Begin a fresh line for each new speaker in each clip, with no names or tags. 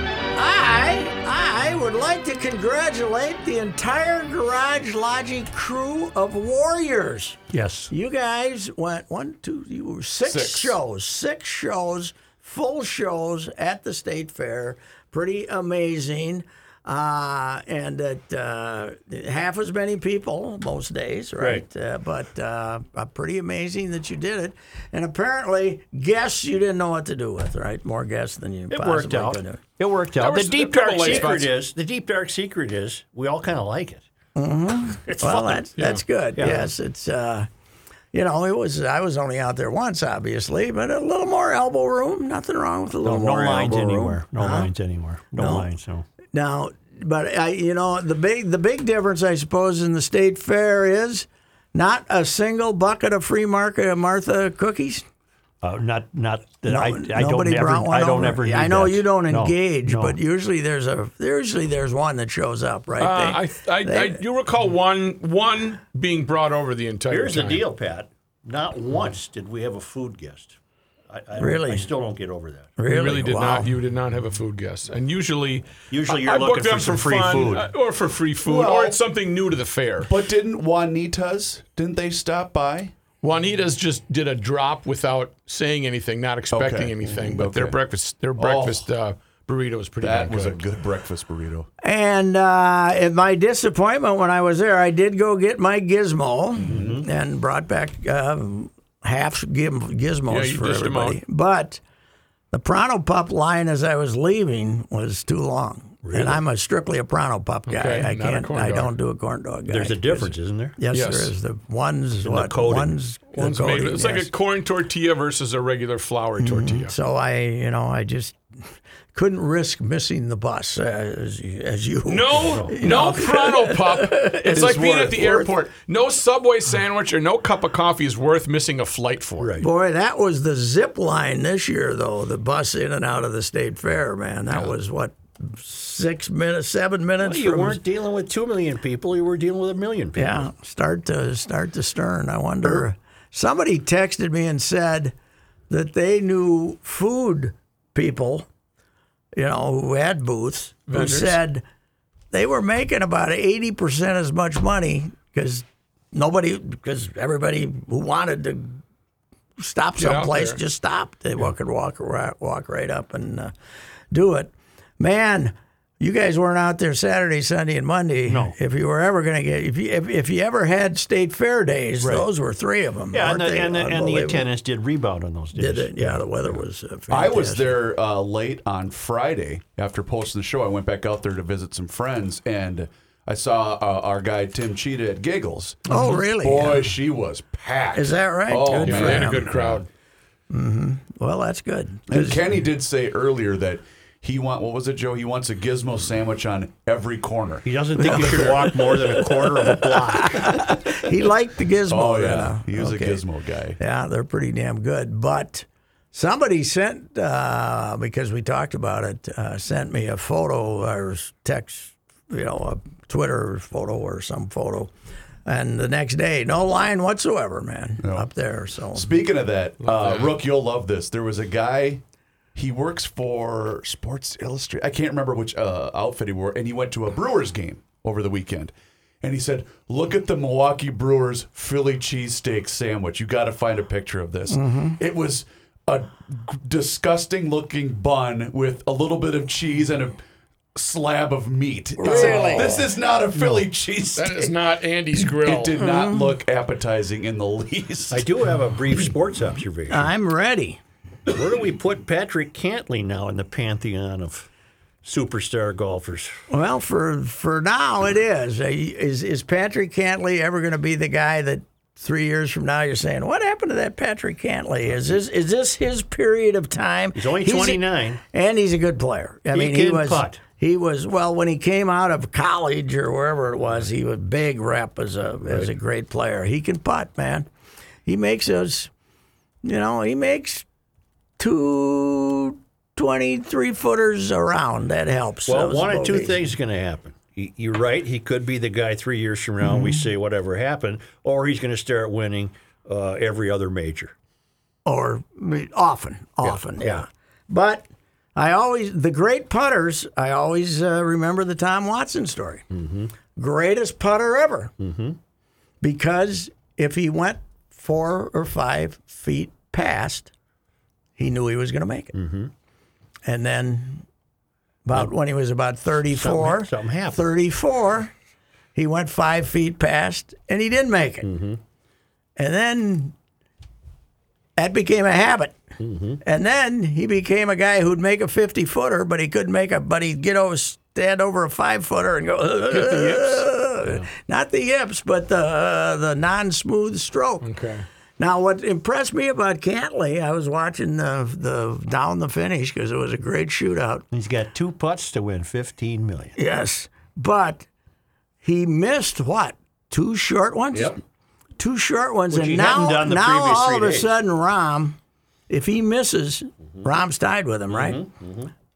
I, I would like to congratulate the entire Garage Logic crew of warriors.
Yes.
You guys went one, two, you were six,
Six.
shows, six shows, full shows at the state fair. Pretty amazing. Uh, and that uh, half as many people most days, right? Uh, but uh, uh, pretty amazing that you did it. And apparently, guests you didn't know what to do with, right? More guests than you
It
possibly
worked out.
could have.
It worked out.
was-
the deep
there were
dark
light
secret
spots.
is the deep dark secret is we all kind of like it. It's
Well,
fun.
that's that's good. Yes, it's uh, you know, it was. I was only out there once, obviously, but a little more elbow room. Nothing wrong with a
No,
little
no
more
lines
elbow
anywhere.
room. Uh-huh.
No lines anywhere. No, lines. No.
Now, but I, you know, the big the big difference, I suppose, in the state fair is not a single bucket of free market Martha cookies.
Uh, not not that I, I don't
Nobody
ever
brought one
I don't ever
over. I
need
know
that.
you don't
No,
engage,
no.
but usually there's a usually there's one that shows up, right?
Uh,
They-
I, I, I do recall one one being brought over the entire
Here's the
time.
deal, Pat. Not once did we have a food guest. I, I don't-
Really?
I still don't get over that.
You
really,
really did
Wow.
not. You did not have a food guest, and usually,
Usually
I-
you're
I
looking
booked
for
them
some free
fun,
food.
uh, or for free food,
Well-
or it's something new to the fair.
But didn't Juanitas? Didn't they stop by?
Juanita's just did a drop without saying anything, not expecting
Okay.
anything. But their
Okay.
breakfast, their breakfast uh, burrito was pretty.
That
damn
was a
good.
good breakfast burrito.
And uh, in my disappointment when I was there, I did go get my gizmo
Mm-hmm.
and brought back um, half giz-
Yeah,
gizmos
you
for
dished 'em
everybody.
out.
But the Pronto Pup line as I was leaving was too long. And I'm a strictly a Pronto Pup guy.
Okay,
I
not a
can't.
corn
I
dog.
don't do a corn dog guy.
There's a difference, isn't there?
yes,
Yes.
there is. The ones what
coating.
ones, the
One's made,
coating,
it's like
yes.
a corn tortilla versus a regular flour tortilla.
so I you know I just couldn't risk missing the bus uh, as, you- as you
No, no Pronto Pup. It's like being at the airport. No Subway sandwich or no cup of coffee is worth missing a flight for. Right.
Boy, that was the zip line this year, though. The bus in and out of the state fair, man. That was what six minutes, seven minutes
You
from
weren't dealing with two million people. You were dealing with a million people.
yeah, start to start to stern. I wonder. Somebody texted me and said that they knew food people, you know, who had booths, who said they were making about eighty percent as much money because nobody, because everybody who wanted to stop
out
someplace
there.
just stopped. They wa- could walk right, walk right up and uh, do it. Man, you guys weren't out there Saturday, Sunday, and Monday. No. If you were ever going to get, if you if, if you ever had state fair days, those were three of them.
Yeah, and the, and, the, and the
attendance
attendance did rebound on those days.
Did it? Yeah, the weather was. Uh, fantastic.
I was there uh, late on Friday after posting the show. I went back out there to visit some friends, and I saw uh, our guy Tim Cheetah at Giggles. Mm-hmm.
Oh, really?
Boy,
Yeah.
she was packed.
Is that right?
Oh,
Good
Yeah,
for
they had a
him.
good crowd.
Well, that's good.
And Kenny did say earlier that he want what was it, Joe? He wants a gizmo sandwich on every corner.
He doesn't think you should walk more than a quarter of a block.
He liked the gizmo.
Oh
you
yeah,
know.
he was
Okay.
a gizmo guy.
Yeah, they're pretty damn good. But somebody sent uh, because we talked about it. Uh, sent me a photo or text, you know, a Twitter photo or some photo, and the next day, no line whatsoever, man, up there. So
Speaking of that, uh, Rook, you'll love this. There was a guy. He works for Sports Illustrated. I can't remember which uh, outfit he wore, and he went to a Brewers game over the weekend. And he said, "Look at the Milwaukee Brewers Philly cheesesteak sandwich. You got to find a picture of this. It was a disgusting looking bun with a little bit of cheese and a slab of meat. He said,
Really?
This is not a Philly cheese.
That
steak."
is not Andy's grill.
It did not look appetizing in the least.
I do have a brief sports observation.
I'm ready.
Where do we put Patrick Cantley now in the pantheon of superstar golfers?
Well, for for now, it is. Uh, Is is Patrick Cantley ever going to be the guy that three years from now you're saying, what happened to that Patrick Cantley? Is this is this his period of time?
He's only
a-
29.
and he's a good player. I
He
mean, he
can
was
putt.
he was well when he came out of college or wherever it was. He was big rep as a as a great player. He can putt, man. He makes us, you know, he makes two. 23 footers around that helps.
Well,
Those
one of two
bogeys.
things is going to happen. Y- You're right. He could be the guy three years from now.
Mm-hmm.
We say whatever happened, or he's going to start winning uh, every other major.
or I mean, often, often, yeah. But I always the great putters. I always uh, remember the Tom Watson story. Mm-hmm. Greatest putter ever, mm-hmm. because if he went four or five feet past, he knew he was going to make it. Mm-hmm. And then, about when he was about thirty-four,
something happened.
thirty-four, he went five feet past, and he didn't make it. And then that became a habit. And then he became a guy who'd make a 50 footer, but he couldn't make a, but he'd get over, stand over a five footer and go, "Ugh." not the yips, but the, uh, the non smooth stroke.
Okay.
Now, what impressed me about Cantley, I was watching the, the down the finish because it was a great shootout.
He's got two putts to win fifteen million.
Yes, but he missed what? Two short ones.
Yep.
Two short ones,
Which
and
he
now
hadn't done the
now
previous
all
three
of a
days. Mm-hmm.
sudden, Rom, if he misses, Rom's tied with him, right?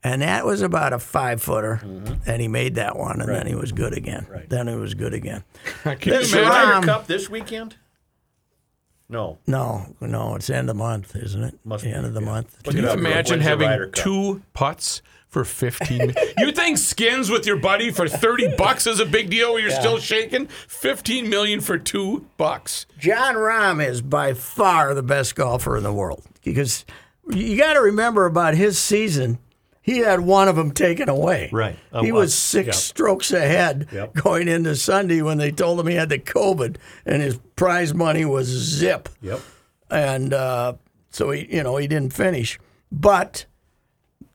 And that was about a five footer,
Mm-hmm.
and he made that one, and then he was good again. Then he was good again.
Can you
This
imagine?
Ryder Um,
Cup this weekend? No.
No, no, it's the end of the month, isn't it?
Must
the
be,
end of the month.
Look
Can
it
you
up.
imagine
When's the Ryder
having
Cup?
two putts for 15 You think skins with your buddy for 30 bucks is a big deal where you're still shaking? 15 million for two bucks.
John Rahm is by far the best golfer in the world because you got to remember about his season. He had one of them taken away.
Right.
he
Um,
was
uh,
six
yep.
strokes ahead
Yep.
going into Sunday when they told him he had the COVID and his prize money was zip.
Yep.
And uh, so he, you know, he didn't finish. But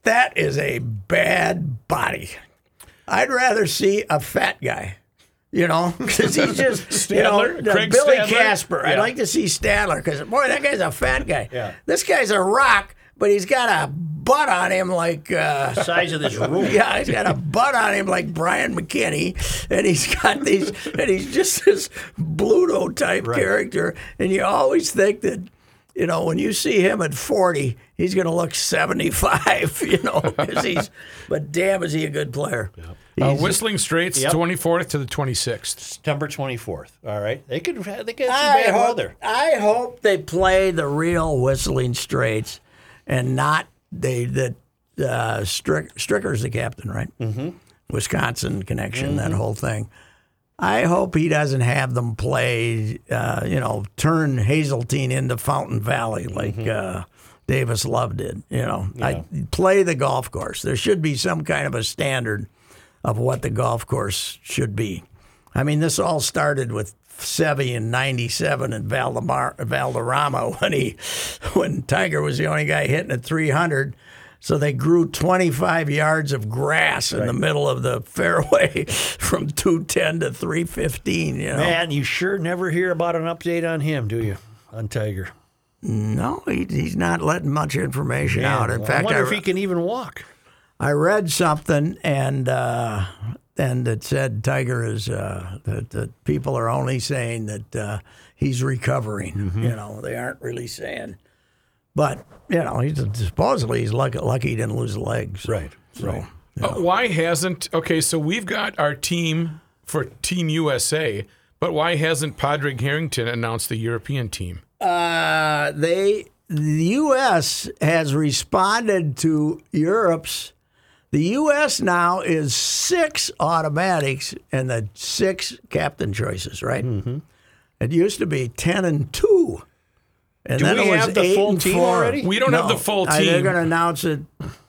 that is a bad body. I'd rather see a fat guy. You know, because he's just you know,
Stadler?
the
Craig
Billy
Stadler?
Casper. I'd
Yeah.
like to see Stadler because boy, that guy's a fat guy.
Yeah.
This guy's a rock, but he's got a butt on him like uh,
Size of this room.
yeah, he's got a butt on him like Brian McKinney, and he's got these, and he's just this Bluto type character. And you always think that, you know, when you see him at 40, he's going to look 75, you know, 'cause he's, but damn, is he a good player.
Uh, Whistling Straits,
Yep.
24th to the 26th.
September twenty fourth. All right. They could. They could have some
I
bad
hope,
weather.
I hope they play the real Whistling Straits and not they that uh, Strick, Stricker's the captain, right? Mm-hmm. Wisconsin connection, that whole thing. I hope he doesn't have them play, uh, you know, turn Hazeltine into Fountain Valley like uh, Davis Love did. You know, I play the golf course. There should be some kind of a standard of what the golf course should be. I mean, this all started with Seve in '97 and Valdemar, Valderrama when he, when Tiger was the only guy hitting at 300. So they grew 25 yards of grass in the middle of the fairway from 210 to 315. You know,
Man, you sure never hear about an update on him, do you? On Tiger.
no, he, he's not letting much information out. In
Well, I
fact, I,
wonder if he can even walk.
I read something and uh, and it said Tiger is uh, that, that people are only saying that uh, he's recovering.
Mm-hmm.
You know, they aren't really saying. But you know, he's supposedly he's lucky, lucky he didn't lose a leg. so-
Right,
So
Uh, why hasn't okay? So we've got our team for Team USA, but why hasn't Padraig Harrington announced the European team?
uh, they the U.S. has responded to Europe's. The U.S. now is six automatics and the six captain choices, right? Mm-hmm. It used to be ten and two, and
Do
then
we
it was
have the
eight
full
and
team
four.
already?
We don't have
No.
the full
Uh, they're
team.
going to announce it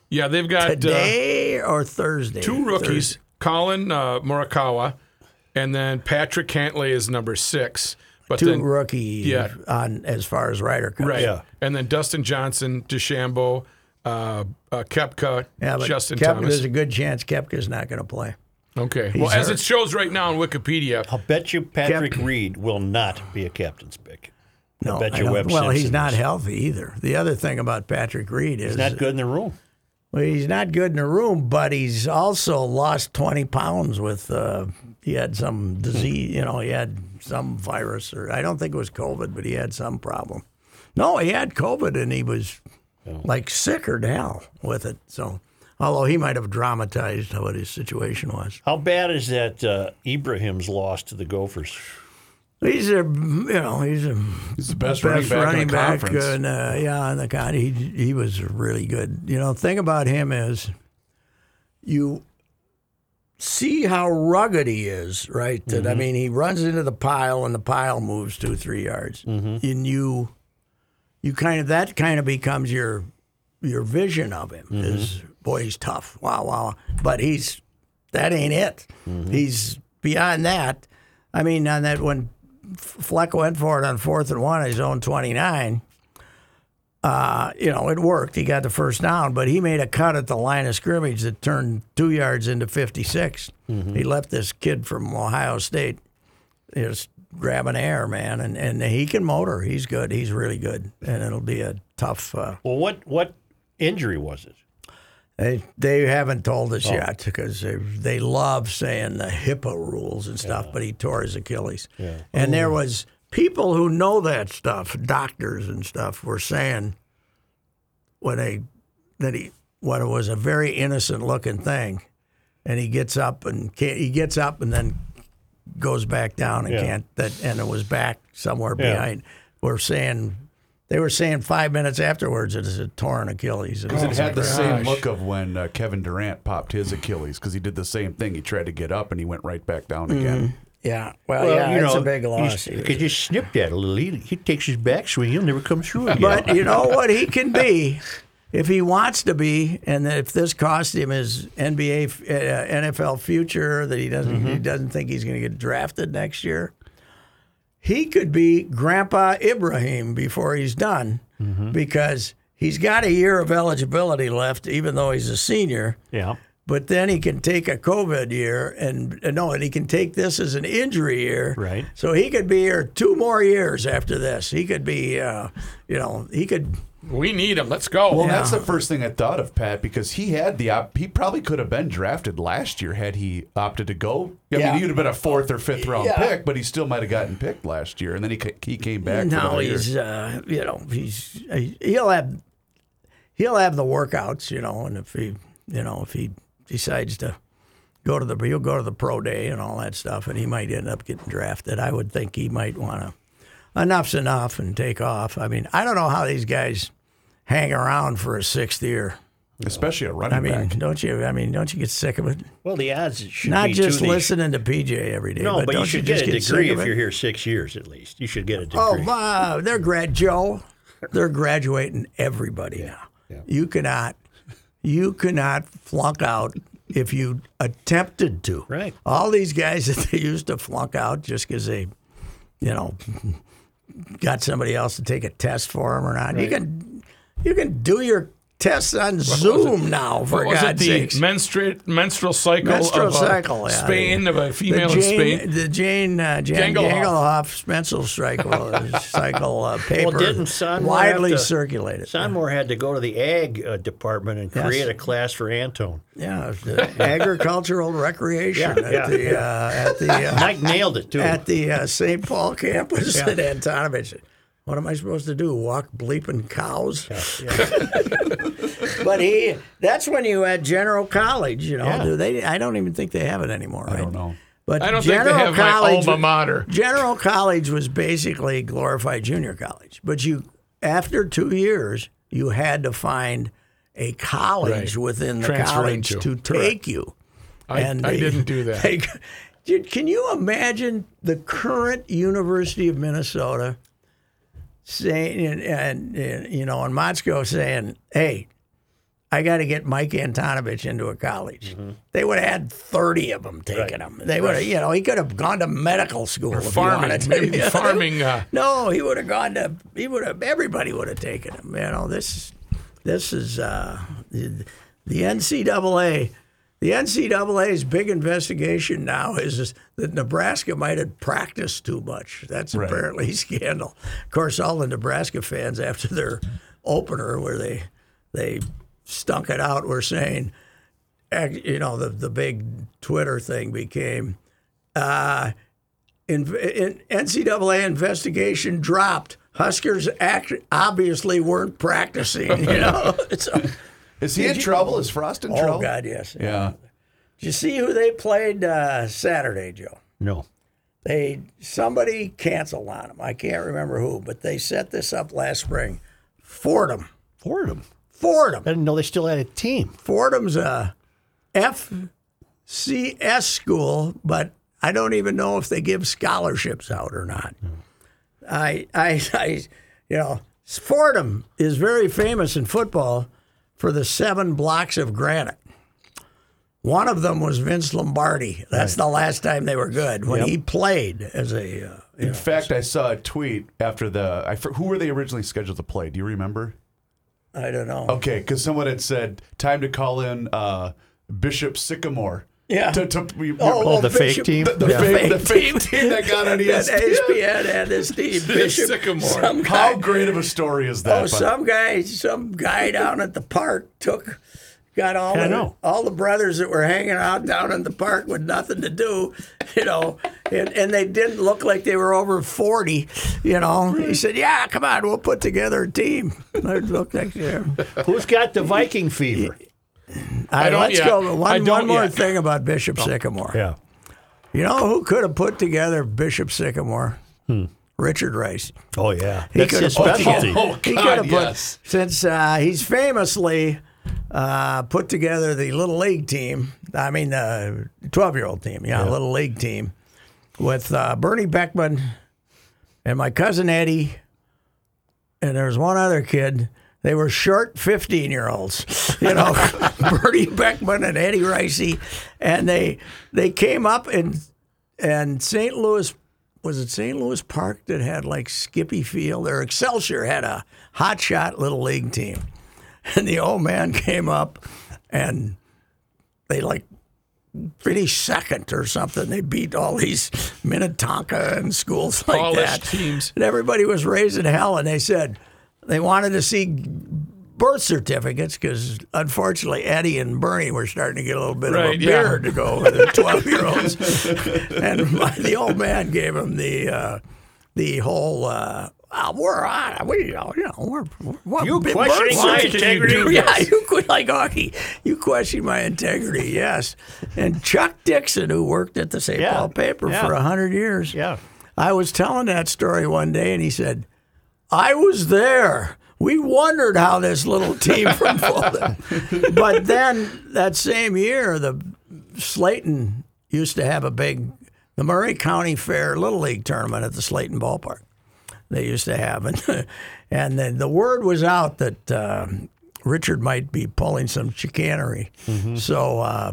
Yeah, they've got uh,
Today or Thursday?
two rookies, Colin uh, Murakawa, and then Patrick Cantley is number six. But
Thurs- two
then
rookies
Yeah.
on as far as Ryder Cup.
right,
Yeah.
and then Dustin Johnson, DeChambeau, uh, uh, Kepka,
Yeah, but
Justin
Kep-
Thomas.
There's a good chance Kepka's not going to play.
okay, well, as
hurt.
it shows right now on Wikipedia,
I'll bet you Patrick Reed will not be a captain's pick.
No,
bet
I
you
don't-
Webb
well, he's
Simpson
not
is.
healthy either. The other thing about Patrick Reed is
He's not good in the room.
well, he's not good in the room, but he's also lost 20 pounds with uh, he had some disease. You know, he had some virus, or I don't think it was COVID, but he had some problem. No, he had COVID, and he was like sicker than hell with it. So, although he might have dramatized what his situation was.
How bad is that uh, Ibrahim's loss to the Gophers?
He's a, you know, he's a
He's the best,
best running
running
back,
back in the conference.
and uh, yeah, in the con- he he was really good. You know, the thing about him is, you see how rugged he is, right? That I mean, he runs into the pile, and the pile moves two, three yards, and you, you kind of that kind of becomes your your vision of him is boy, he's tough, wow, wow, but he's that ain't it. He's beyond that. I mean, on that when Fleck went for it on fourth and one, his own 29. Uh, you know, it worked. He got the first down, but he made a cut at the line of scrimmage that turned two yards into 56. He left this kid from Ohio State just grabbing air, man. And, and he can motor. He's good. He's really good. And it'll be a tough. Uh,
Well, what what injury was it?
they, they haven't told
Oh.
us yet because they, they love saying the HIPAA rules and stuff, but he tore his Achilles. And there was people who know that stuff, doctors and stuff, were saying when they that he what it was a very innocent looking thing, and he gets up and can't he gets up and then goes back down and
Yeah.
can't that and it was back somewhere
Yeah.
behind. We're saying they were saying five minutes afterwards it is a torn Achilles. It was
It had the same look of when uh, Kevin Durant popped his Achilles because he did the same thing. He tried to get up and he went right back down
Mm.
again.
Yeah. Well,
Oh,
yeah, it's a big loss.
You could just snip that a little. He, he takes his back swing. He'll never come through again.
but you know what he can be if he wants to be, and if this cost him his NBA, f- uh, NFL future, that he doesn't he doesn't think he's going to get drafted next year. He could be Grandpa Ibrahim before he's done, because he's got a year of eligibility left, even though he's a senior.
yeah.
But then he can take a COVID year, and uh, no, and he can take this as an injury year.
Right.
So he could be here two more years after this. He could be, uh, you know, he could.
we need him. Let's go.
Well, that's the first thing I thought of, Pat, because he had the op- he probably could have been drafted last year had he opted to go. I
Yeah.
mean, he'd have been a fourth or fifth round
Yeah.
pick, but he still might have gotten picked last year, and then he ca- he came back. for
Now
another year.
he's, uh, you know, he's uh, he'll have he'll have the workouts, you know, and if he, you know, if he decides to go to the he'll go to the pro day and all that stuff, and he might end up getting drafted. I would think he might want to. Enough's enough and take off. I mean, I don't know how these guys hang around for a sixth year.
especially a running
I mean,
back.
don't you? I mean, don't you get sick of it?
Well, the odds should
Not
be
just
too, they-
listening to PJ every day.
No, but, you
don't
should
just
get a
sick
degree
of
if
it?
you're here six years at least. You should get a degree.
Oh, wow. They're grad Joe. They're graduating everybody now. You cannot, you cannot flunk out if you attempted to.
Right.
All these guys that they used to flunk out just because they, you know, got somebody else to take a test for them or not. You can, you can do your tests on Zoom now. For
What was it
God's
the
sakes.
menstrual menstrual cycle
Menstrual
of a
cycle, yeah.
Spain of a female
the
in
Jane,
Spain?
The Jane, uh, Jane
Jangelhoff.
Jangelhoff menstrual cycle, cycle uh, paper
didn't Sondemore
widely
have to-
circulated.
Sonmore had to go to the ag uh, department and
Yes.
create a class for Antone.
yeah, the agricultural recreation
Yeah,
at,
yeah.
The, uh, at the uh,
Mike nailed it too.
at the uh, St. Paul campus at Antonovich. What am I supposed to do? Walk bleeping cows? but he—that's when you had General College. You know,
Yeah.
do they? I don't even think they have it anymore. Right?
I don't know.
But
I don't
General
think they have
College,
my alma mater.
General college was basically glorified junior college, but you after two years you had to find a college
Right.
within the
Transfer
college
into.
to take you.
I- I didn't do that.
they- Dude, can you imagine the current University of Minnesota saying and, and, and, you know and Motzko saying, "Hey, I got to get Mike Antonovich into a college.
Mm-hmm.
They would have had 30 of them taking him. They would have, you know, he could have gone to medical school. Or if he
farming,
wanted to.
maybe
Yeah.
farming. Uh,
No, he would have gone to. He would have. Everybody would have taken him. You know, this, this is uh, the, the NCAA. The NCAA's big investigation now is, is that Nebraska might have practiced too much. That's apparently a scandal. Of course, all the Nebraska fans after their opener, where they they stunk it out, were saying, ac- you know, the the big Twitter thing became in, in NCAA investigation dropped. Huskers act, obviously weren't practicing. You know, So-
Is he in trouble? Is Frost in trouble?
oh God, yes. Did
Yeah.
you see who they played uh, Saturday, Joe?
No.
They somebody canceled on them. I can't remember who, but they set this up last spring. Fordham,
Fordham.
Fordham,
I didn't know they still had a team.
Fordham's a FCS school, but I don't even know if they give scholarships out or not. I, I, I, you know, Fordham is very famous in football for the seven blocks of granite. One of them was Vince Lombardi. That's the last time they were good when he played as a. Uh,
In fact, I saw a tweet after the. I, fr- who were they originally scheduled to play? Do you remember?
I don't
Oh,
know.
Okay, because someone had said time to call in uh, Bishop Sycamore.
Yeah.
To, to, we,
Oh, the fake team?
the, the
yeah,
fake,
fake
the fake team that got on E
That E
ESPN.
ESPN had this team. Bishop,
Sycamore.
some guy-
How great of a story is that?
Oh,
by the
some guy, some guy down at the park took, got all
I
the,
know.
all the brothers that were hanging out down in the park with nothing to do, you know, and, and they didn't look like they were over forty, you know. He said, "Yeah, come on, we'll put together a team." They looked like yeah.
Who's got the Viking fever?
All right,
don't
let's
yet.
go.
I
One,
don't Oh,
one more
yet.
thing about Bishop Sycamore. You know who could have put together Bishop Sycamore?
Hmm.
Richard Rice.
Oh, yeah.
He
That's
could
his
have put
specialty.
Oh,
he
God,
could have put
yes.
since uh, he's famously uh, put together the little league team. I mean, the twelve-year-old team. Yeah, little league team with uh, Bernie Beckman and my cousin Eddie, and there was one other kid. They were short 15 year olds, you know, Bernie Beckman and Eddie Ricey. And they they came up and and St. Louis was it St. Louis Park that had like Skippy Field or Excelsior had a hot shot little league team. And the old man came up and they like finished second or something. They beat all these Minnetonka and schools like
Polished
that.
teams.
And everybody was raising hell and they said they wanted to see birth certificates because unfortunately Eddie and Bernie were starting to get a little bit of a
Right, yeah.
beard to go with the 12 year olds. and my, the old man gave him the uh, the whole. Uh, "Ah, we're on. We, you know, we're, we're, we're
You
birth
questioning my
certificate-
integrity?
You- Yeah, you quit like hockey. You question my integrity, yes. And Chuck Dixon, who worked at the St.
Yeah,
Paul paper
yeah.
for a hundred years,
Yeah.
I was telling that story one day, and he said, I was there. We wondered how this little team from Fulton. but then that same year, the Slayton used to have a big, the Murray County Fair Little League tournament at the Slayton Ballpark. They used to have, and and then the word was out that um, Richard might be pulling some chicanery. So uh,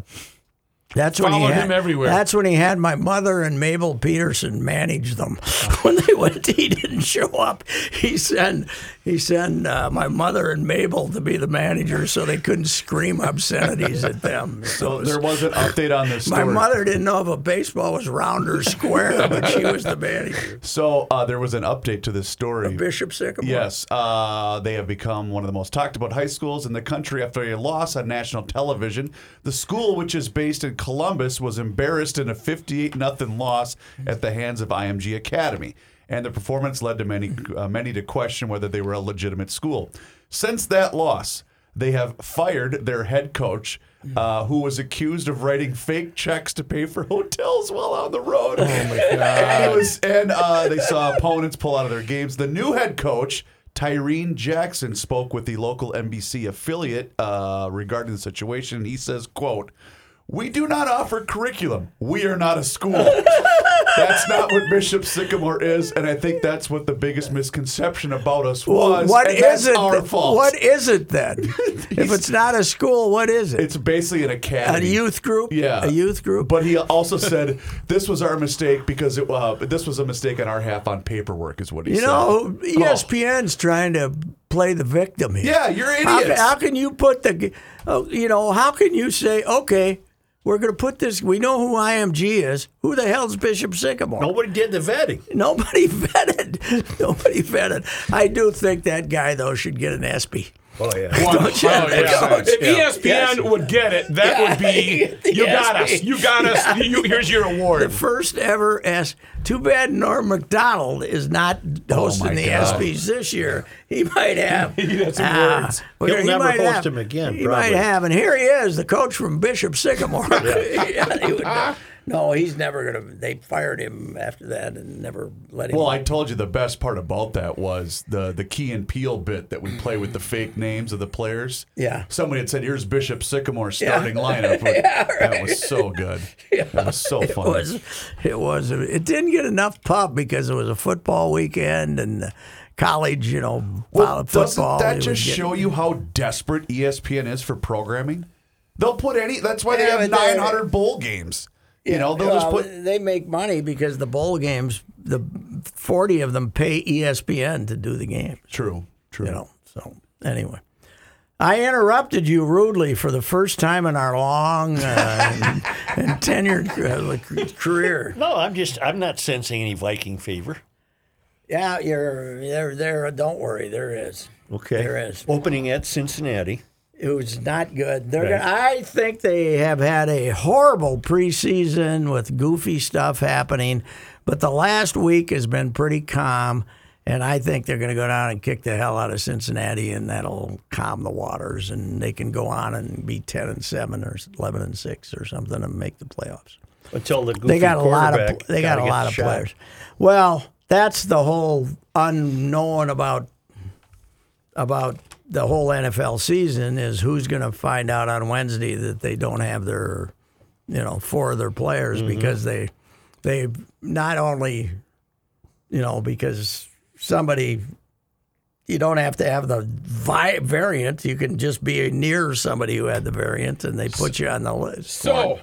that's when he
Mm-hmm. Followed
had,
him everywhere.
That's when he had my mother and Mabel Peterson manage them. when they went, he didn't show up. He sent he sent uh, my mother and Mabel to be the managers, so they couldn't scream obscenities at them. So
way. There was an update on this
my
story.
mother didn't know if a baseball was round or square, but she was the manager.
So uh, there was an update to this story.
Bishop Sycamore.
Yes, uh, they have become one of the most talked about high schools in the country after a loss on national television. The school, which is based in Columbus, was embarrassed in a 58 nothing loss at the hands of IMG Academy, and the performance led to many uh, many to question whether they were a legitimate school. Since that loss, they have fired their head coach. Uh, who was accused of writing fake checks to pay for hotels while on the road? Oh my god! and uh, they saw opponents pull out of their games. The new head coach, Tyreen Jackson, spoke with the local NBC affiliate uh, regarding the situation. He says, "quote We do not offer curriculum. We are not a school." That's not what Bishop Sycamore is, and I think that's what the biggest misconception about us
Well,
was.
what
and that's
is it?
Our
th-
fault.
What is it then? if it's not a school, what is it?
It's basically an
a
academy.
youth group.
Yeah,
a youth group.
But he also said this was our mistake because it uh, this was a mistake on our half on paperwork, is what he
you
said.
know, E
Oh.
ESPN's trying to play the victim here.
Yeah, you're
How,
idiots.
how can you put the, uh, you know, how can you say, okay, we're going to put this, we know who IMG is. Who the hell's Bishop Sycamore?
Nobody did the vetting.
Nobody vetted. Nobody vetted. I do think that guy, though, should get an ESPY.
Oh yeah.
Don't you?
Oh, yeah. If ESPN would get it, that would be you
E
got us. You got us. You, here's your
The
award.
first ever S. Too bad Norm McDonald is not hosting the
God.
ESPYs this year. He might have. Ah, he
had some words.
He'll never host them again,
He
probably.
might have. And here he is, the coach from Bishop Sycamore. Yeah, he would never- no, he's never going to. They fired him after that and never let him.
Well, I told you the best part about that was the the Key and Peel bit that we play with the fake names of the players.
Yeah.
Somebody had said, "Here's Bishop Sycamore's starting lineup." That was so good. That was so
It
fun.
was, it was. It didn't get enough pub because it was a football weekend and college, you know,
Well, doesn't
football. it
that
was
just
getting-
show you how desperate E ESPN is for programming? They'll put any. That's why
Yeah,
they have
but they're-
900 bowl games. You know, they'll just
Well,
put.
they make money because the bowl games, the forty of them pay E ESPN to do the games.
True. True.
You know. So anyway, I interrupted you rudely for the first time in our long uh, and, and tenured uh, career.
No, I'm just I'm not sensing any Viking favor.
Yeah, you're there. There. Don't worry. There is.
Okay.
There is.
Opening at Cincinnati.
It was not good. They're
Right.
gonna, I think they have had a horrible preseason with goofy stuff happening, but the last week has been pretty calm, and I think they're going to go down and kick the hell out of Cincinnati, and that'll calm the waters, and they can go on and be ten and seven or eleven and six or something and make the playoffs.
Until the goofy
They got a lot of
quarterback
they got
gotta
a
get
lot
the
of
shot.
players. Well, that's the whole unknown about about the whole NFL season is who's going to find out on Wednesday that they don't have their you know four of their players
Mm-hmm.
because they they not only you know because somebody you don't have to have the vi- variant you can just be near somebody who had the variant and they put you on the list
So,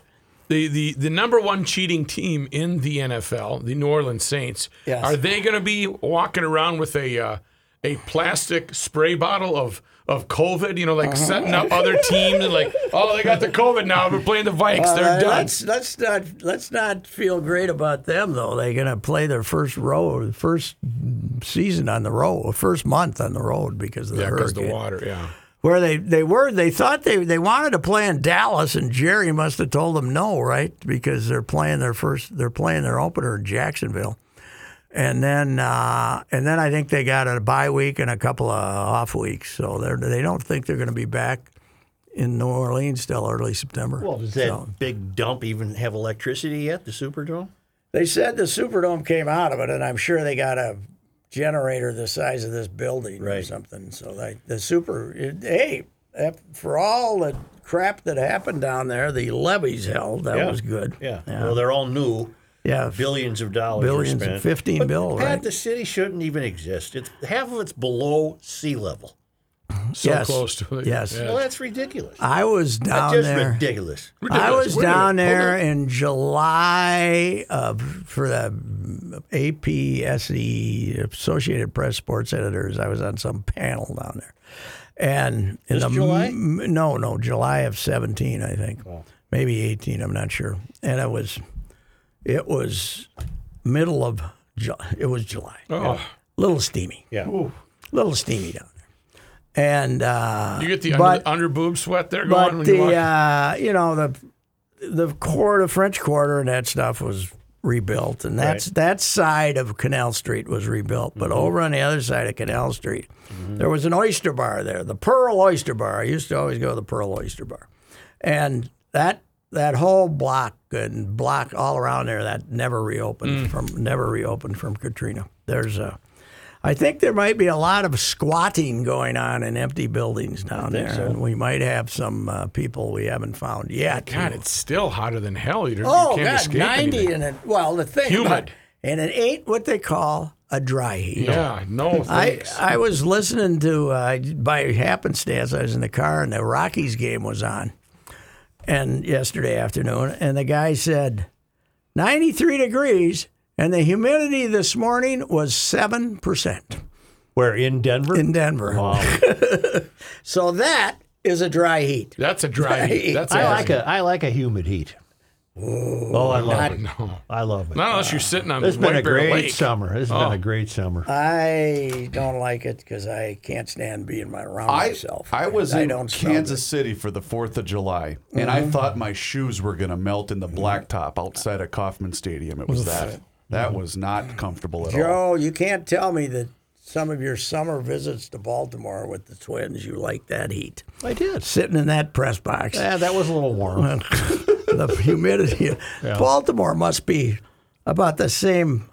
the, the the number one cheating team in the NFL, the New Orleans Saints,
Yes.
are they going to be walking around with a uh, a plastic spray bottle of of COVID? You know,
Uh-huh.
like setting up other teams and like, oh, they got the COVID now. We're playing the Vikes. They're
Uh,
done.
Let's let's not let's not feel great about them though. They're going to play their first row, first season on the road, first month on the road because of the
yeah, because
hurricane.
the water. Yeah.
Where they, they were, they thought they they wanted to play in Dallas, and Jerry must have told them no, right? Because they're playing their first, they're playing their opener in Jacksonville, and then uh, and then I think they got a bye week and a couple of off weeks, so they they don't think they're going to be back in New Orleans till early September.
Well, does that
So-
big dump even have electricity yet? The Superdome?
They said the Superdome came out of it, and I'm sure they got a generator the size of this building or
Right.
something. So like the super, it- hey, that- for all the crap that happened down there, the levees held. That
Yeah.
was good.
Yeah. Well, they're all new.
Yeah, f-
Billions of dollars. were
billions,
spent.
fifteen bill,
Pat,
Oh, right?
the city shouldn't even exist. It's half of it's below sea level.
So
Yes.
close to it.
Yes.
Yeah.
Well, that's ridiculous.
I was
That's
down
just
there.
ridiculous.
I was
Wait a minute.
down
Hold
there in July of, for the APSE E, Associated Press Sports Editors. I was on some panel down there, and in the
July?
m- no no July of seventeen I think maybe eighteen I'm not sure. And it was it was middle of Ju- it was July,
Oh,
little steamy,
Yeah.
little steamy down there, and uh,
Oh, you get the
But-
under, boob sweat there going
but
when you
the
walk.
uh, you know the the quarter French Quarter and that stuff was rebuilt, and that's that side of Canal Street was rebuilt.
Mm-hmm.
But over on the other side of Canal Street, there was an oyster bar there, the Pearl Oyster Bar. I used to always go to the Pearl Oyster Bar, and that that whole block and block
Mm.
all around there that never reopened from never reopened from Katrina. There's a I think there might be a lot of squatting going on in empty buildings down there, and we might have some uh, people we haven't found yet.
God,
who-
it's still hotter than hell. You, don't- you
oh
can't
God,
escape
ninety
anything.
and it. Well, the thing,
Humid.
about- and it ain't what they call a dry heat.
Yeah, no
I,
thanks.
I was listening to uh, by happenstance I was in the car and the Rockies game was on, and yesterday afternoon, and the guy said, ninety three degrees, and the humidity this morning was seven percent
Where in Denver?
in Denver. so that is a dry heat.
That's a dry heat. That's
I
a
like a I like a humid heat. oh, I love it.
no.
I love it.
Not unless you're sitting on
This has been a
White Bear
great
Lake.
summer. This has
Oh.
been a great summer.
I don't like it because I can't stand being my- around
I,
myself.
I was in
smell Mm-hmm.
Kansas City for the 4th of July, and I thought my shoes were going to melt in the blacktop outside of Kauffman Stadium. It was that. That was not comfortable at all.
Joe, you can't tell me that some of your summer visits to Baltimore with the Twins, you like that heat.
I did.
Sitting in that press box,
Yeah, that was a little warm.
the humidity. Baltimore must be about the same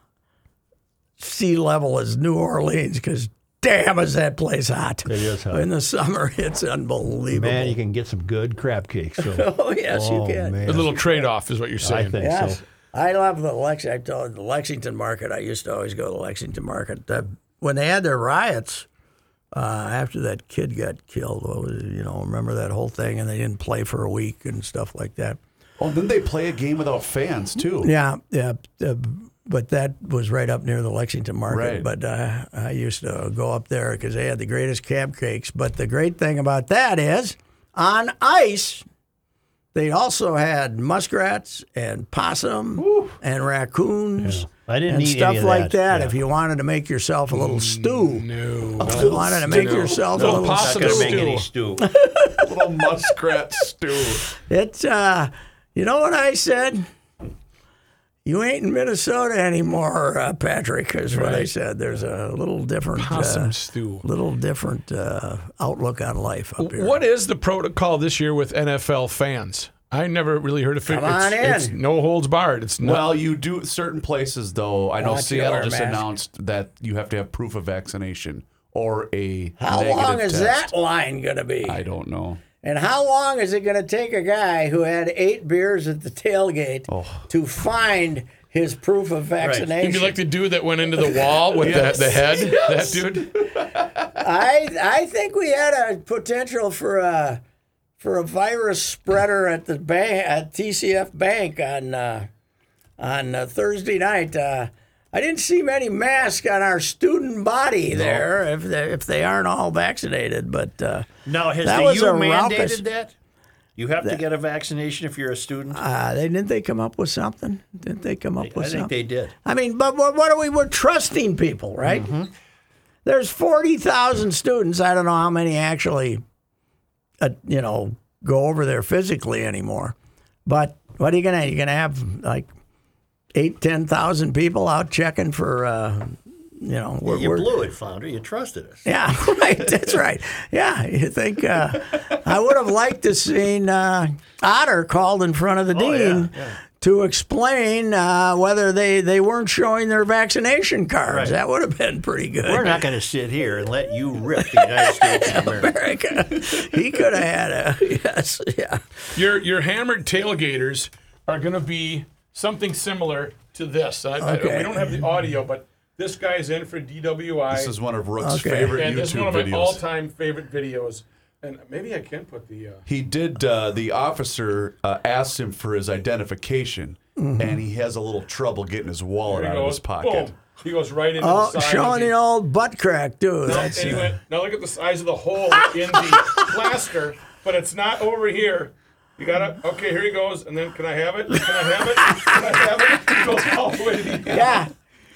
sea level as New Orleans because damn, is that place hot. It
is hot.
In the summer, it's unbelievable.
Man, you can get some good crab cakes. So.
oh, yes,
Oh,
you can.
man.
A little trade off is what you're
I
saying.
think
Yes.
so.
I love the Lex. I told the Lexington market. I used to always go to the Lexington market. The, when they had their riots uh, after that kid got killed, what was, you know, remember that whole thing, and they didn't play for a week and stuff like that.
Oh, then they play a game without fans, too.
Yeah, yeah. Uh, but that was right up near the Lexington market.
Right.
But uh, I used to go up there because they had the greatest crab cakes. But the great thing about that is on ice, they also had muskrats and possum and raccoons.
I didn't
and
eat
stuff
any of
like that.
that.
If you wanted to make yourself a little stew,
No.
if you wanted to make
Mm. stew.
yourself a
Little
little
possum
Not gonna
stew,
make any stew.
Little muskrat stew.
It's uh, you know what I said. You ain't in Minnesota anymore, uh, Patrick. Is what I said. There's a little different,
Possum
uh,
stew.
little different uh, outlook on life up here.
What is the protocol this year with NFL fans? I never really heard of it.
Come
it's,
on in.
it's no holds barred. It's no,
Well, you do certain places though. I know
Want you to wear
Seattle
a
just
mask.
announced that you have to have proof of vaccination or a
How
negative
long is
test.
that line going to be?
I don't know.
And how long is it going to take a guy who had eight beers at the tailgate to find his proof of
You'd Oh. be
vaccination?
like the dude that went into the wall with the, the head. That dude.
I I think we had a potential for a for a virus spreader at the bank at TCF Bank on uh, on uh, Thursday night. Uh, I didn't see many masks on our student body there if they, if they aren't all vaccinated, but uh,
Now, has
That
the
was
U
a
mandated
raucous-
that? You have to get a vaccination if you're a student. I,
uh, they didn't they come up with something? Didn't they come up with
think
something?
they did.
I mean, but what, what are we? We're trusting people, right? There's forty thousand students. I don't know how many actually, uh, you know, go over there physically anymore. But what are you gonna? You're gonna have like eight, ten thousand people out checking for, uh, you know, we're,
You
we're-
blew it, Flounder. You trusted us.
yeah, right. That's right. Yeah, you think uh, I would have liked to seen uh, Otter called in front of the
yeah,
dean to explain uh, whether they, they weren't showing their vaccination cards.
Right.
That would have been pretty good.
We're not going to sit here and let you rip the United States of America.
America. uh, he could have had a yes, yeah.
Your your hammered tailgaters are going to be something similar to this. I, I-
Okay.
we don't have the audio, but this guy's in for DWI.
This is one of Rook's
Okay.
favorite
and it's one
YouTube
of my
videos.
all-time favorite videos. And maybe I can put the. Uh,
he did. Uh, the officer uh, asked him for his identification,
Mm-hmm.
and he has a little trouble getting his wallet
there
out
he
of
goes.
his pocket.
Boom. He goes right into
Oh,
the side.
showing
of the-
the old butt crack, dude.
and
That's,
he
uh,
went. Now look at the size of the hole in the plaster, but it's not over here. You gotta. Okay, here he goes. And then can I have it? Can I have it? Can I have it? He goes all the way to the end.
yeah.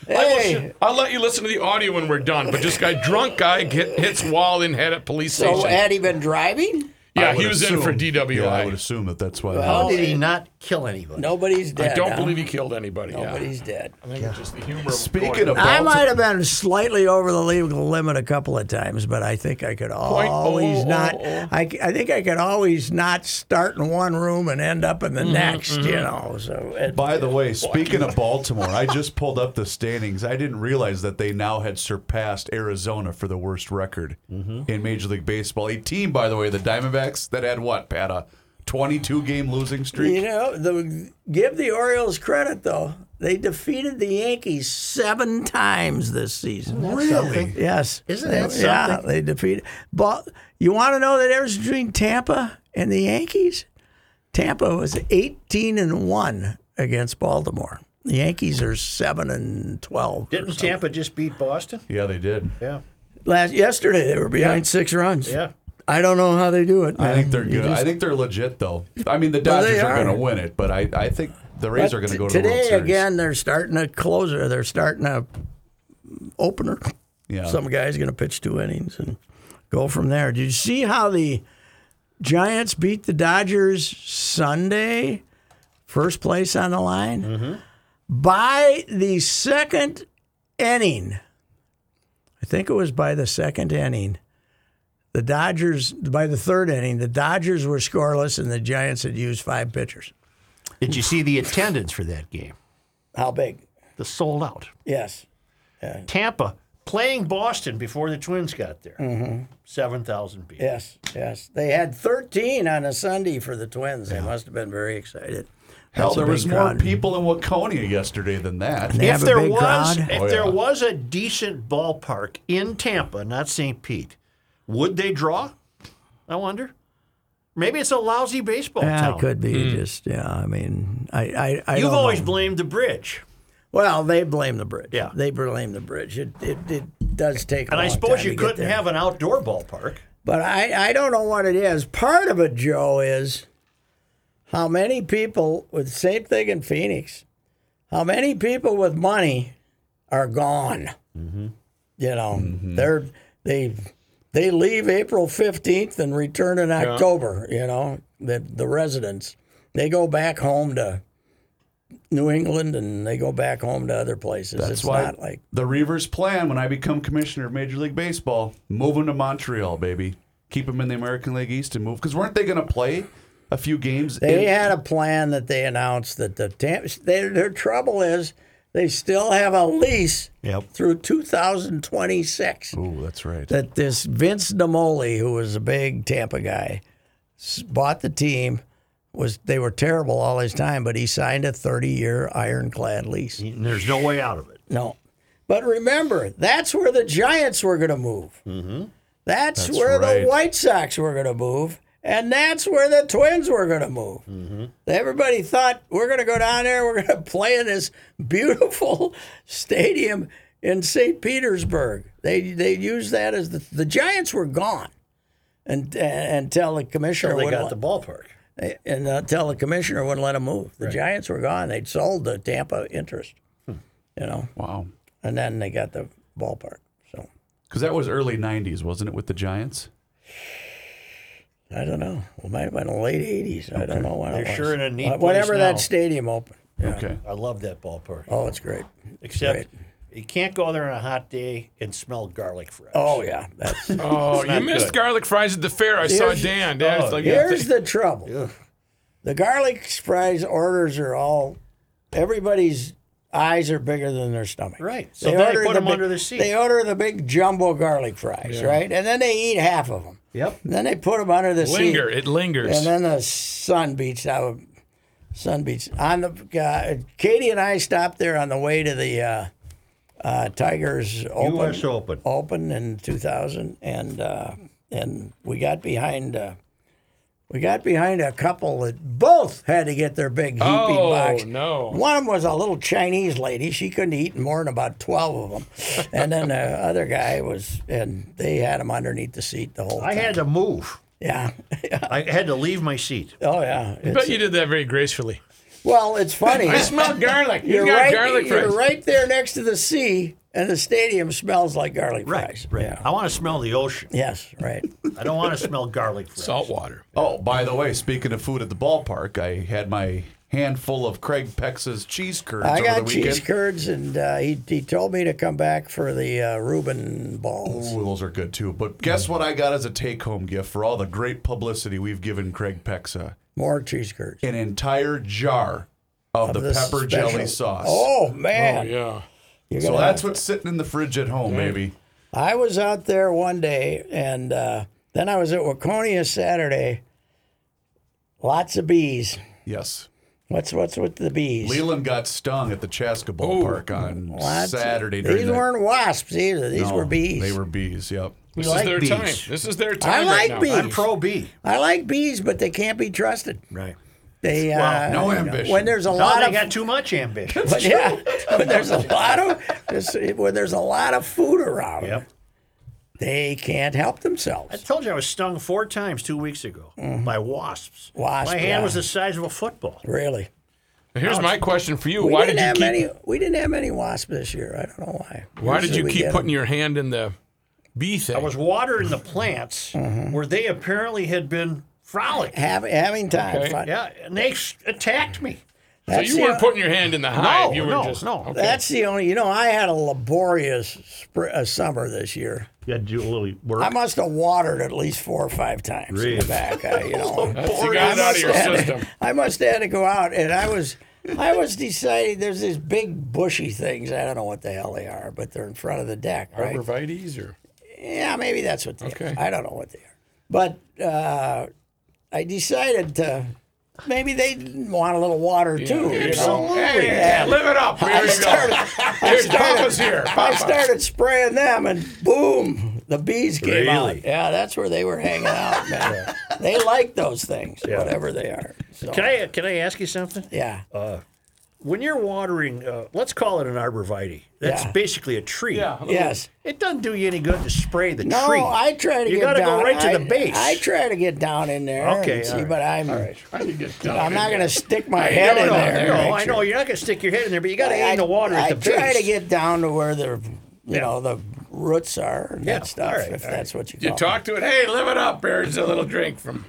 Hey,
Listen, I'll let you listen to the audio when we're done. But this guy, drunk guy, get, hits wall in head at police
so
station.
had he been driving?
I
yeah,
would
he was in for
assume-
DWI.
Yeah, I would assume that that's why.
Well,
How did he not
kill anybody.
Nobody's dead.
I don't
huh?
believe he killed anybody.
Nobody's dead.
Yeah. I think it's just the humor.
Speaking of
I
Baltimore,
might have been slightly over the legal limit a couple of times, but I think I could always not. I, I think I could always not start in one room and end up in the next. You know, so it,
by the way, speaking of Baltimore, I just pulled up the standings. I didn't realize that they now had surpassed Arizona for the worst record
Mm-hmm.
in Major League Baseball. A team, by the way, the Diamondbacks that had what, Pat, a 22 game losing streak.
you know, the, give the Orioles credit though. They defeated the Yankees seven times this season.
Really?
Yes.
Isn't
They-
that
Yeah,
something?
they defeated. But you want to know the difference between Tampa and the Yankees? Tampa was 18 and 1 against Baltimore. The Yankees are 7 and 12.
Didn't Tampa just beat Boston?
Yeah, they did.
Yeah.
Last yesterday they were behind 6 runs.
Yeah.
I don't know how they do it.
I think
man.
they're
Um, You
good.
just-
I think they're legit, though. I mean, the
Well, they
Dodgers are,
are.
going to win it, but I, I think the Rays are going to
But
go to
today
the World Series.
again they're starting a closer. They're starting a opener.
Yeah.
Some guy's going to pitch two innings and go from there. Did you see how the Giants beat the Dodgers Sunday? First place on the line.
Mm-hmm.
By the second inning, I think it was by the second inning, the Dodgers, by the third inning, the Dodgers were scoreless and the Giants had used five pitchers.
Did you see the attendance for that game?
How big?
The sold out.
Yes.
Tampa playing Boston before the Twins got there. thousand people.
Yes, yes. They had 13 on a Sunday for the Twins. They must have been very excited.
Hell,
That's a
there
big
was more
crowd.
people in Waconia yesterday than that.
They
If
have a
there
big
was,
crowd.
if
Oh,
there
yeah.
was a decent ballpark in Tampa, not St. Pete, would they draw? I wonder. Maybe it's a lousy baseball
Yeah,
town.
it could be just yeah. I mean, I I, I
You've
don't
always
know.
blamed the bridge,
well, they blame the bridge.
Yeah.
they blame the bridge. It it, it does take.
and
a
I
long
suppose
time to
you
get
couldn't
there.
have an outdoor ballpark.
But I I don't know what it is. Part of it, Joe, is how many people with same thing in Phoenix. How many people with money are gone?
Mm-hmm.
You know, they're they they leave April fifteenth and return in October. You know, the the residents they go back home to New England and they go back home to other places.
That's
it's
why
not like
the Reavers' plan when I become commissioner of Major League Baseball, move them to Montreal, baby. Keep them in the American League East and move. Because weren't they going to play a few games?
They
in-
had a plan that they announced that the Tampa. Their, their trouble is they still have a lease
Yep.
through 2026.
Ooh, that's right.
That this Vince Namoli, who was a big Tampa guy, s- bought the team. Was they were terrible all his time, but he signed a 30-year ironclad lease.
And there's no way out of it.
No. But remember, that's where the Giants were going to move. Mm-hmm. That's, where
right.
the White Sox were going to move. And that's where the Twins were going to move. Mm-hmm. Everybody thought we're going to go down there, we're going to play in this beautiful stadium in St. Petersburg. They they used that as the, the Giants were gone. And, and until the commissioner
They
wouldn't
got the ballpark.
let- and until the commissioner wouldn't let them move. The Giants were gone. They'd sold the Tampa interest. You know
wow.
and then they got the ballpark. So
Because that was early 90s, wasn't it, with the Giants?
I don't know. Well, might have been the late '80s. I don't know when it
They're
was.
sure in a neat
But Whenever
place now.
that stadium opened. Yeah.
Okay.
I love that ballpark.
Oh, it's great.
Except
Right.
you can't go there on a hot day and smell garlic fries.
Oh yeah. That's,
Oh, you missed garlic fries at the fair. I saw
Here's-
Dan. Dan's
Oh,
like,
here's the trouble. The garlic fries orders are all. Everybody's eyes are bigger than their stomach.
Right. So then they
order
put 'em
big-
under the seat.
They order the big jumbo garlic fries, right? And then they eat half of them.
Yep.
Then they put them under the seat.
linger. It lingers.
And then the sun beats out. Sun beats on the. Uh, Katie and I stopped there on the way to the uh, uh, Tigers Open.
US Open.
Open in 2000, and uh, and we got behind. Uh, we got behind a couple that both had to get their big heaping
Oh,
box.
no.
One of them was a little Chinese lady. She couldn't eat more than about 12 of them. and then the other guy was, and they had him underneath the seat the whole
I
time.
had to move.
yeah.
I had to leave my seat.
oh, yeah.
I bet you did that very gracefully.
Well, it's funny.
I smell garlic. You
you're
got
right,
garlic
you're
fries.
right there next to the sea, and the stadium smells like garlic fries. Yeah.
I want to smell the ocean.
Yes, right.
I don't want to smell garlic fries.
Salt water.
Oh, by the way, speaking of food at the ballpark, I had my handful of Craig Pex's cheese curds
I
over
got
the
cheese
weekend.
curds, and uh, he, he told me to come back for the uh, Reuben balls.
Ooh, those are good too. But guess what I got as a take home gift for all the great publicity we've given Craig Pexa?
More cheese curds.
An entire jar of, the,
This
pepper
special-
jelly sauce.
Oh
Oh,
man!
yeah.
You're
so
gonna-
that's what's sitting in the fridge at home, maybe.
I was out there one day, and uh, then I was at Waconia Saturday. Lots of bees.
Yes.
What's what's with the bees?
Leland got stung at the Chaska Ballpark on
Lots of-
Saturday. during
These
that-
weren't wasps either. These
No,
were bees.
They were bees, yep.
This
like
is their
bees.
time. This is their
I
time.
like
right now.
bees.
I'm pro B.
I like bees, but they can't be trusted.
Right.
They uh,
no
you know,
ambition.
When there's a
No,
lot
they
of
got too much ambition.
But yeah, when there's a lot of this- when there's a lot of food around,
Yep.
they can't help
I
themselves.
told you I was stung four times two weeks ago by wasps.
Wasp,
My hand
Mm-hmm. yeah.
was the size of a football.
Really,
Here's my question for you.
we
Why
didn't
did you
have
keep
many. We didn't have any wasps this year. I don't know why.
Why did
Usually
you
we
keep
get
putting
'em.
your hand in the bee thing?
I was watering the plants where they apparently had been frolicking.
Have, having time?
Okay.
Fun.
Yeah, and they s- attacked me.
so
That's
you
the-
weren't putting your hand in the hive. you were
no,
just
no.
Okay.
That's the only. You know, I had a laborious spr- uh, summer this year.
You had to do a little work.
I must have watered at least four or five times in the back. I, you know,
you got it out of your system.
I must have had to go out, and I was, I was deciding. There's these big bushy things. I don't know what the hell they are, but they're in front of the deck, right?
Arborvitaes or
Yeah, maybe that's what they
Okay.
are. I don't know what they are, but uh, I decided to. Maybe they want a little water too. you know?
Absolutely. Hey, live it up. Here
I
you
started.
go.
I
Here's Papa's
started.
here.
I
Papa.
started spraying them, and boom, the bees came
Really?
out. Yeah, that's where they were hanging out, man. they like those things, whatever they are. So,
Can I can I ask you something?
yeah,
When you're watering, uh, let's call it an arborvitae. That's
Yeah.
basically a tree. Yeah.
yes.
It doesn't do you any good to spray the
No,
tree.
Oh, I try to
You
get
gotta go
down.
right to
I-
the base.
I try to get down in there.
Okay,
and see,
all right.
but I'm
Trying to get down
I'm
in
not
there.
going to stick my head in
no,
there. and
no,
make
I
sure.
know you're not gonna stick your head in there, but you gotta aim
I-
the water at
I
the base.
try to get down to where the you know the roots are and
Yeah,
that stuff,
all right,
if
all
that's what you
You
call. it.
talk to it. Hey, live it up. Here's a little drink from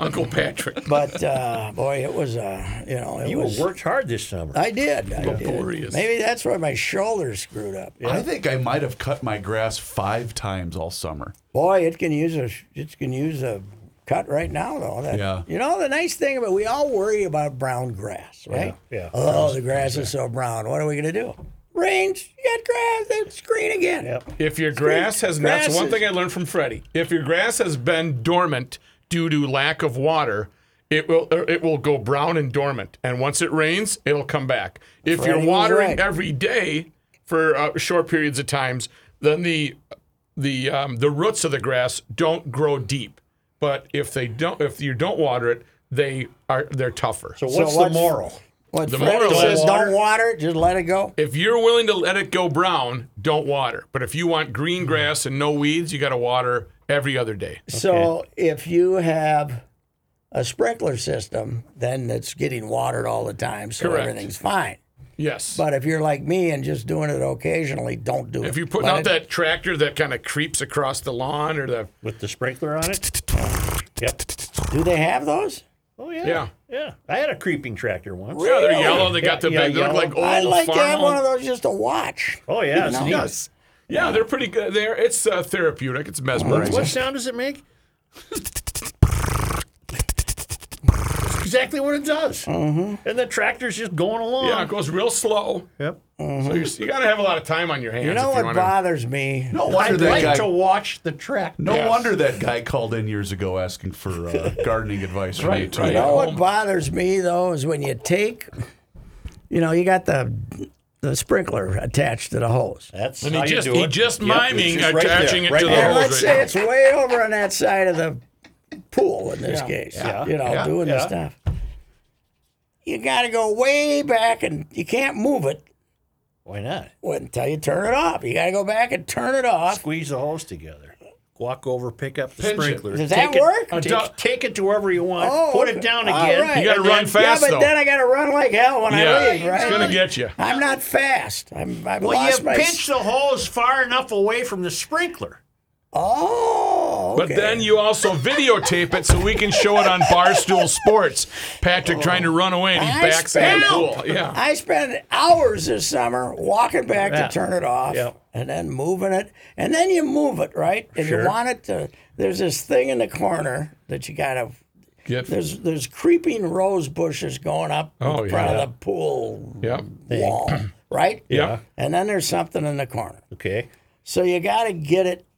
Uncle Patrick.
But uh, boy, it was uh, you know it
You
was.
worked hard this summer.
I did. I did.
Laborious.
Maybe that's why my shoulders screwed up.
I think I might have cut my grass five times all summer.
Boy, it can use a it can use a cut right now though. That,
Yeah.
You know the nice thing about we all worry about brown grass, right?
yeah.
Oh, the grass is so brown. What are we gonna do? Rains, you got grass, it's green again.
If your grass has, and that's one
grasses.
thing I learned from Freddie. If your grass has been dormant due to lack of water, it will er, it will go brown and dormant, and once it rains, it'll come back. If
Freddie
you're
was
watering
right.
every day for uh, short periods of times, then the the um, the roots of the grass don't grow deep. But if they don't, if you don't water it, they are they're tougher.
So what's the
what's-
moral?
What
The
Freddie
moral
says,
is-
don't water it, just let it go.
if you're willing to let it go brown, don't water. But if you want
Mm.
green grass and no weeds, you got to water every other day.
So if you have a sprinkler system, then it's getting watered all the time, so
Correct.
everything's fine.
Yes.
But if you're like me and just doing it occasionally, don't do it.
if you're putting
Let
out
it-
that tractor that kind of creeps across the lawn or the
With the sprinkler on it?
do they have those?
Oh yeah.
yeah,
Yeah. I had a creeping tractor once.
yeah, they're yellow. They got the
Yeah,
big. They look
yellow.
like old
I'd like to
farm.
have one of those just to watch.
Oh yeah. it's
No.
neat.
yes. Yeah, they're pretty good. There, it's uh, therapeutic. It's mesmerizing.
What sound does it make? It's exactly what it does.
Mm-hmm.
And the tractor's just going along.
Yeah, it goes real slow.
Yep.
So you're, you got to have a lot of time on your hands.
You know
if you
what
wanna-
bothers me?
No wonder
I'd
that
like
guy.
to watch the tractor.
no
Yes.
wonder that guy called in years ago asking for uh, gardening advice from you.
Right,
too.
right.
You know
Oh.
what bothers me though is when you take, you know, you got the the sprinkler attached to the hose.
That's
And
how
he just
you do
he
it.
just
Yep,
miming
it's just right
attaching
there, right
it to the
there.
And let's
hose. right
say
now.
it's way over on that side of the pool in this case. You know,
Yeah.
doing this
Yeah.
stuff. You got to go way back and you can't move it
Why not?
until you turn it off. You got to go back and turn it off.
Squeeze the hose together. Walk over, pick up the
Pinch it.
sprinkler.
Does that
take it-
work?
take- Take, it to wherever you want.
Oh,
put
okay.
it down
All
again.
right.
You gotta
and
run
then-
fast,
yeah, but
though.
then I got to run like hell when
yeah,
I leave, right?
it's gonna get you.
I'm not fast. I'm. I've
Well,
lost
you
my.
pinch the hose far enough away from the sprinkler.
oh, Oh,
But
okay.
then you also videotape it so we can show it on Barstool Sports. Patrick trying to run away and he
I
backs out of the
spelled.
pool. Yeah.
I spent hours this summer walking back to turn it off
Yeah.
and then moving it. And then you move it, right? And you want it to there's this thing in the corner that you gotta
Get-
there's there's creeping rose bushes going up
Oh,
in front
yeah.
of the pool
Yep.
wall. Right?
Yeah.
And then there's something in the corner.
Okay.
So you gotta get it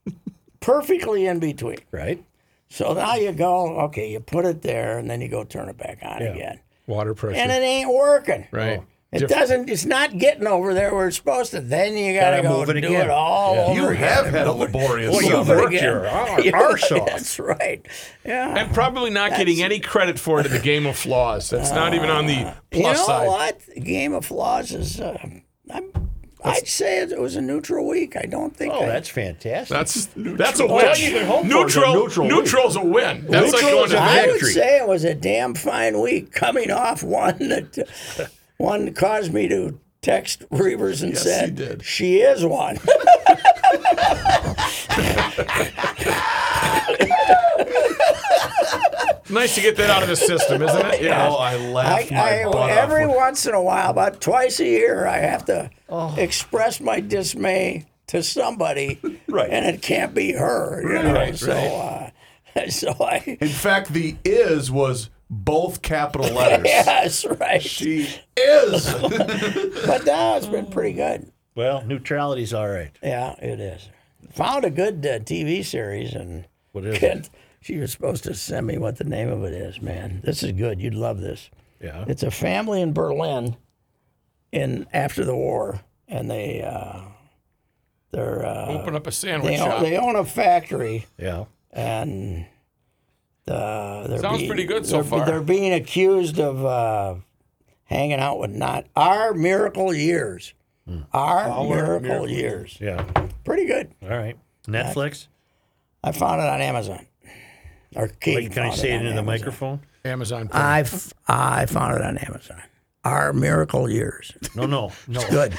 perfectly in between.
Right.
So now you go, okay, you put it there and then you go turn it back on again.
Water pressure.
And it ain't working.
right.
It
Diff-
doesn't. It's not getting over there where it's supposed to. Then you gotta,
Gotta
go
move it
do
again.
it all over.
You
again.
have had a laborious
Move it
summer.
again.
your arse off.
That's right. Yeah.
And probably not getting any credit for it in the game of flaws. That's not even on the
you know
plus side.
what? The Game of Flaws is. Uh, I'm, I'd say it was a neutral week. I don't think.
Oh,
I,
that's fantastic.
That's that's a
Well, you can hope
win.
for it,
Neutral,
a neutral win.
neutral's a win. That's like
Neutral
going
is
to
a
I would
victory.
say it was a damn fine week coming off one that one that caused me to text Reavers and said, "She is one."
It's nice to get that out of the system, isn't it? Yeah.
Oh, I
I,
laughed my butt
I,
off.
every once in a while, about twice a year, I have to express my dismay to somebody,
Right.
and it can't be her. You know?
right,
so, Uh, so I
In fact, the is was both capital letters.
yes, right.
She is.
But no, it's been pretty good.
well, neutrality's all right.
Yeah, it is. Found a good uh, TV series, and
What is it?
Kent, she was supposed to send me what the name of it is. Man, this is good. You'd love this.
Yeah.
It's a family in Berlin in after the war, and they uh, they're uh,
Open up a sandwich
they,
shop.
own, they own a factory,
Yeah.
and uh, they're
Sounds
being-
pretty good so
they're-
far.
They're being accused of uh, hanging out with not our miracle years,
Hmm.
our, miracle, years.
Yeah.
Pretty good.
All right. Netflix.
I found it on Amazon. Or Katie
Wait, can I
found
say it
on
into the
Amazon.
microphone?
Amazon. Prime.
I f- I found it on Amazon. Our miracle years.
No, no, no.
Good.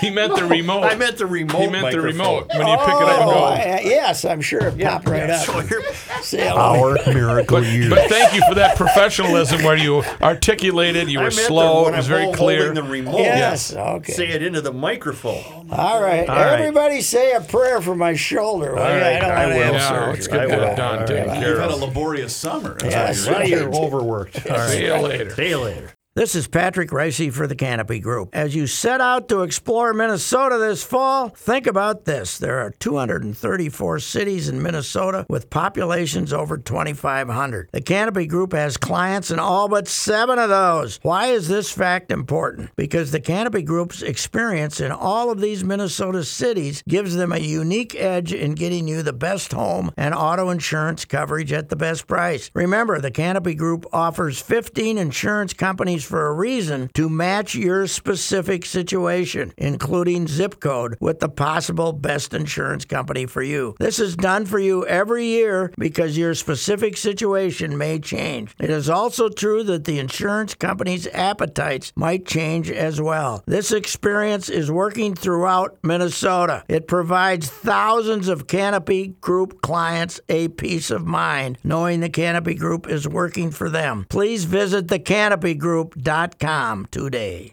he meant the remote.
I meant the remote.
he meant the
microphone.
remote when you pick it up and
Oh,
go.
I- yes, I'm sure it popped right up. Say hello.
Our miracle year.
But thank you for that professionalism where you articulated, you
I
were
meant the-
slow,
when
it was
I'm
very
holding
clear.
The remote.
Yes. Okay.
Say it into the microphone.
All right.
All right.
Everybody say a prayer for my shoulder. will you? I
right,
don't
I
want
will.
to have
yeah,
surgery.
let's get
I will.
that done, taken
You've
care
had a
of.
laborious summer.
Yes.
Well, you're overworked. All right.
See you later.
See you later.
This is Patrick Ricey for the Canopy Group. As you set out to explore Minnesota this fall, think about this. There are 234 cities in Minnesota with populations over 2,500. The Canopy Group has clients in all but seven of those. Why is this fact important? Because the Canopy Group's experience in all of these Minnesota cities gives them a unique edge in getting you the best home and auto insurance coverage at the best price. Remember, the Canopy Group offers 15 insurance companies for a reason to match your specific situation, including zip code, with the possible best insurance company for you. This is done for you every year because your specific situation may change. It is also true that the insurance company's appetites might change as well. This experience is working throughout Minnesota. It provides thousands of Canopy Group clients a peace of mind knowing the Canopy Group is working for them. Please visit thecanopygroup.com today.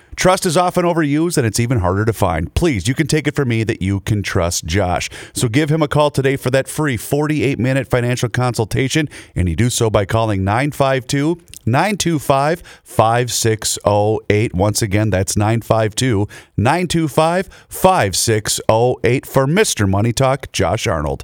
Trust is often overused and it's even harder to find. Please, you can take it from me that you can trust Josh. So give him a call today for that free 48 minute financial consultation, and you do so by calling 952 925 5608. Once again, that's 952 oh 925 5608 for Mr. Money Talk, Josh Arnold.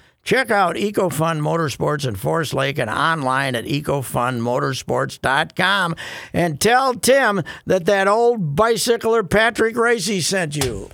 Check out EcoFun Motorsports in Forest Lake and online at EcoFunMotorsports.com and tell Tim that that old bicycler Patrick Racy sent you.